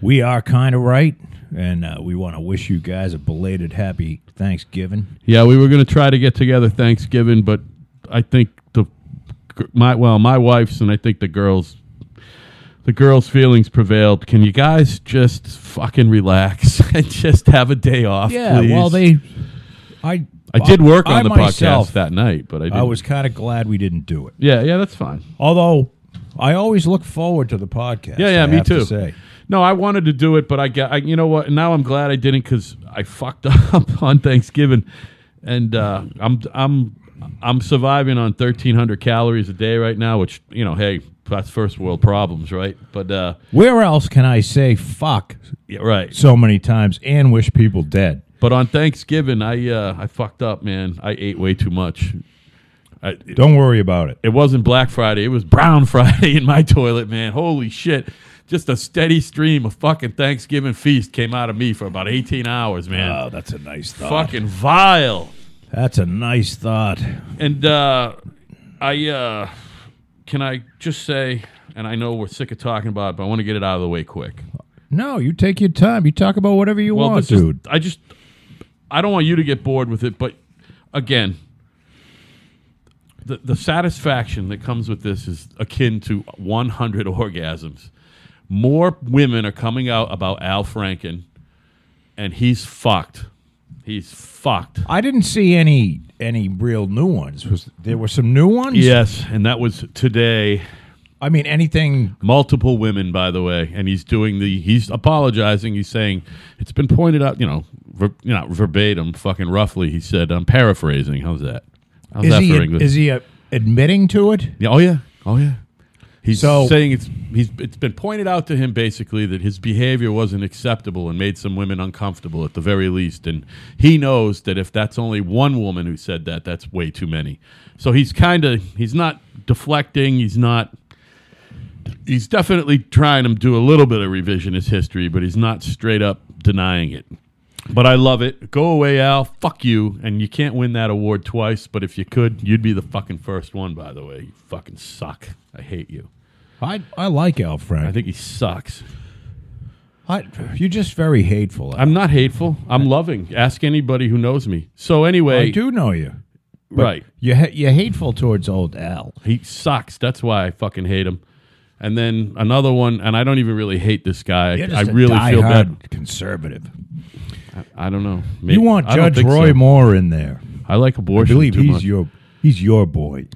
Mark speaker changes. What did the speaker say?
Speaker 1: We are kind of right, and uh, we want to wish you guys a belated happy Thanksgiving.
Speaker 2: Yeah, we were going to try to get together Thanksgiving, but I think the my well, my wife's and I think the girls the girls' feelings prevailed. Can you guys just fucking relax and just have a day off?
Speaker 1: Yeah,
Speaker 2: please?
Speaker 1: well, they. I
Speaker 2: I did work on
Speaker 1: I
Speaker 2: the
Speaker 1: myself,
Speaker 2: podcast that night, but I didn't.
Speaker 1: I was kind of glad we didn't do it.
Speaker 2: yeah, yeah, that's fine.
Speaker 1: Although I always look forward to the podcast.
Speaker 2: Yeah, yeah,
Speaker 1: I
Speaker 2: me
Speaker 1: have to
Speaker 2: too.
Speaker 1: say.
Speaker 2: No, I wanted to do it, but I got I, you know what? Now I'm glad I didn't because I fucked up on Thanksgiving, and uh, I'm I'm I'm surviving on 1,300 calories a day right now, which you know, hey, that's first world problems, right? But uh,
Speaker 1: Where else can I say fuck
Speaker 2: yeah, right.
Speaker 1: so many times and wish people dead?
Speaker 2: But on Thanksgiving, I uh, I fucked up, man. I ate way too much. I, it,
Speaker 1: Don't worry about it.
Speaker 2: it wasn't Black Friday; it was Brown Friday in my toilet, man. Holy shit! Just a steady stream of fucking Thanksgiving feast came out of me for about 18 hours, man.
Speaker 1: Oh, that's a nice thought.
Speaker 2: fucking vile.
Speaker 1: That's a nice thought.
Speaker 2: And uh, I uh, can I just say, and I know we're sick of talking about it, but I want to get it out of the way quick.
Speaker 1: No, you take your time. You talk about whatever you want,
Speaker 2: this is-
Speaker 1: dude.
Speaker 2: I just I don't want you to get bored with it, but again, the the satisfaction that comes with this is akin to 100 orgasms. More women are coming out about Al Franken, and he's fucked. He's fucked.
Speaker 1: I didn't see any any real new ones. Was there were some new ones?
Speaker 2: Yes, and that was today.
Speaker 1: I mean, anything
Speaker 2: multiple women by the way and he's doing the he's apologizing he's saying it's been pointed out you know ver, you know verbatim fucking roughly he said i'm paraphrasing how's that how's
Speaker 1: is
Speaker 2: that
Speaker 1: he
Speaker 2: for english
Speaker 1: is he uh, admitting to it?
Speaker 2: yeah, oh yeah oh yeah he's
Speaker 1: So-
Speaker 2: saying it's he's it's been pointed out to him basically that his behavior wasn't acceptable and made some women uncomfortable at the very least and he knows that if that's only one woman who said that that's way too many so he's kind of he's not deflecting he's not he's definitely trying to do a little bit of revisionist history, but he's not straight up denying it. But I love it. Go away, Al. Fuck you. And you can't win that award twice. But if you could, you'd be the fucking first one. By the way, you fucking suck. I hate you.
Speaker 1: I I like Al
Speaker 2: I
Speaker 1: Frank.
Speaker 2: think he sucks.
Speaker 1: I, you're just very hateful. Al.
Speaker 2: I'm not hateful. I'm loving. Ask anybody who knows me. So anyway,
Speaker 1: I do know you.
Speaker 2: right?
Speaker 1: You ha- you're hateful towards old Al.
Speaker 2: He sucks. That's why I fucking hate him. And then another one, and I don't even really hate this guy.
Speaker 1: You're
Speaker 2: I
Speaker 1: just a
Speaker 2: really feel bad.
Speaker 1: diehard conservative.
Speaker 2: I don't know. Maybe,
Speaker 1: You want
Speaker 2: I don't
Speaker 1: Judge
Speaker 2: think
Speaker 1: Roy
Speaker 2: so.
Speaker 1: Moore in there?
Speaker 2: I like
Speaker 1: I
Speaker 2: abortion.
Speaker 1: believe
Speaker 2: too
Speaker 1: he's
Speaker 2: much.
Speaker 1: your he's your boy.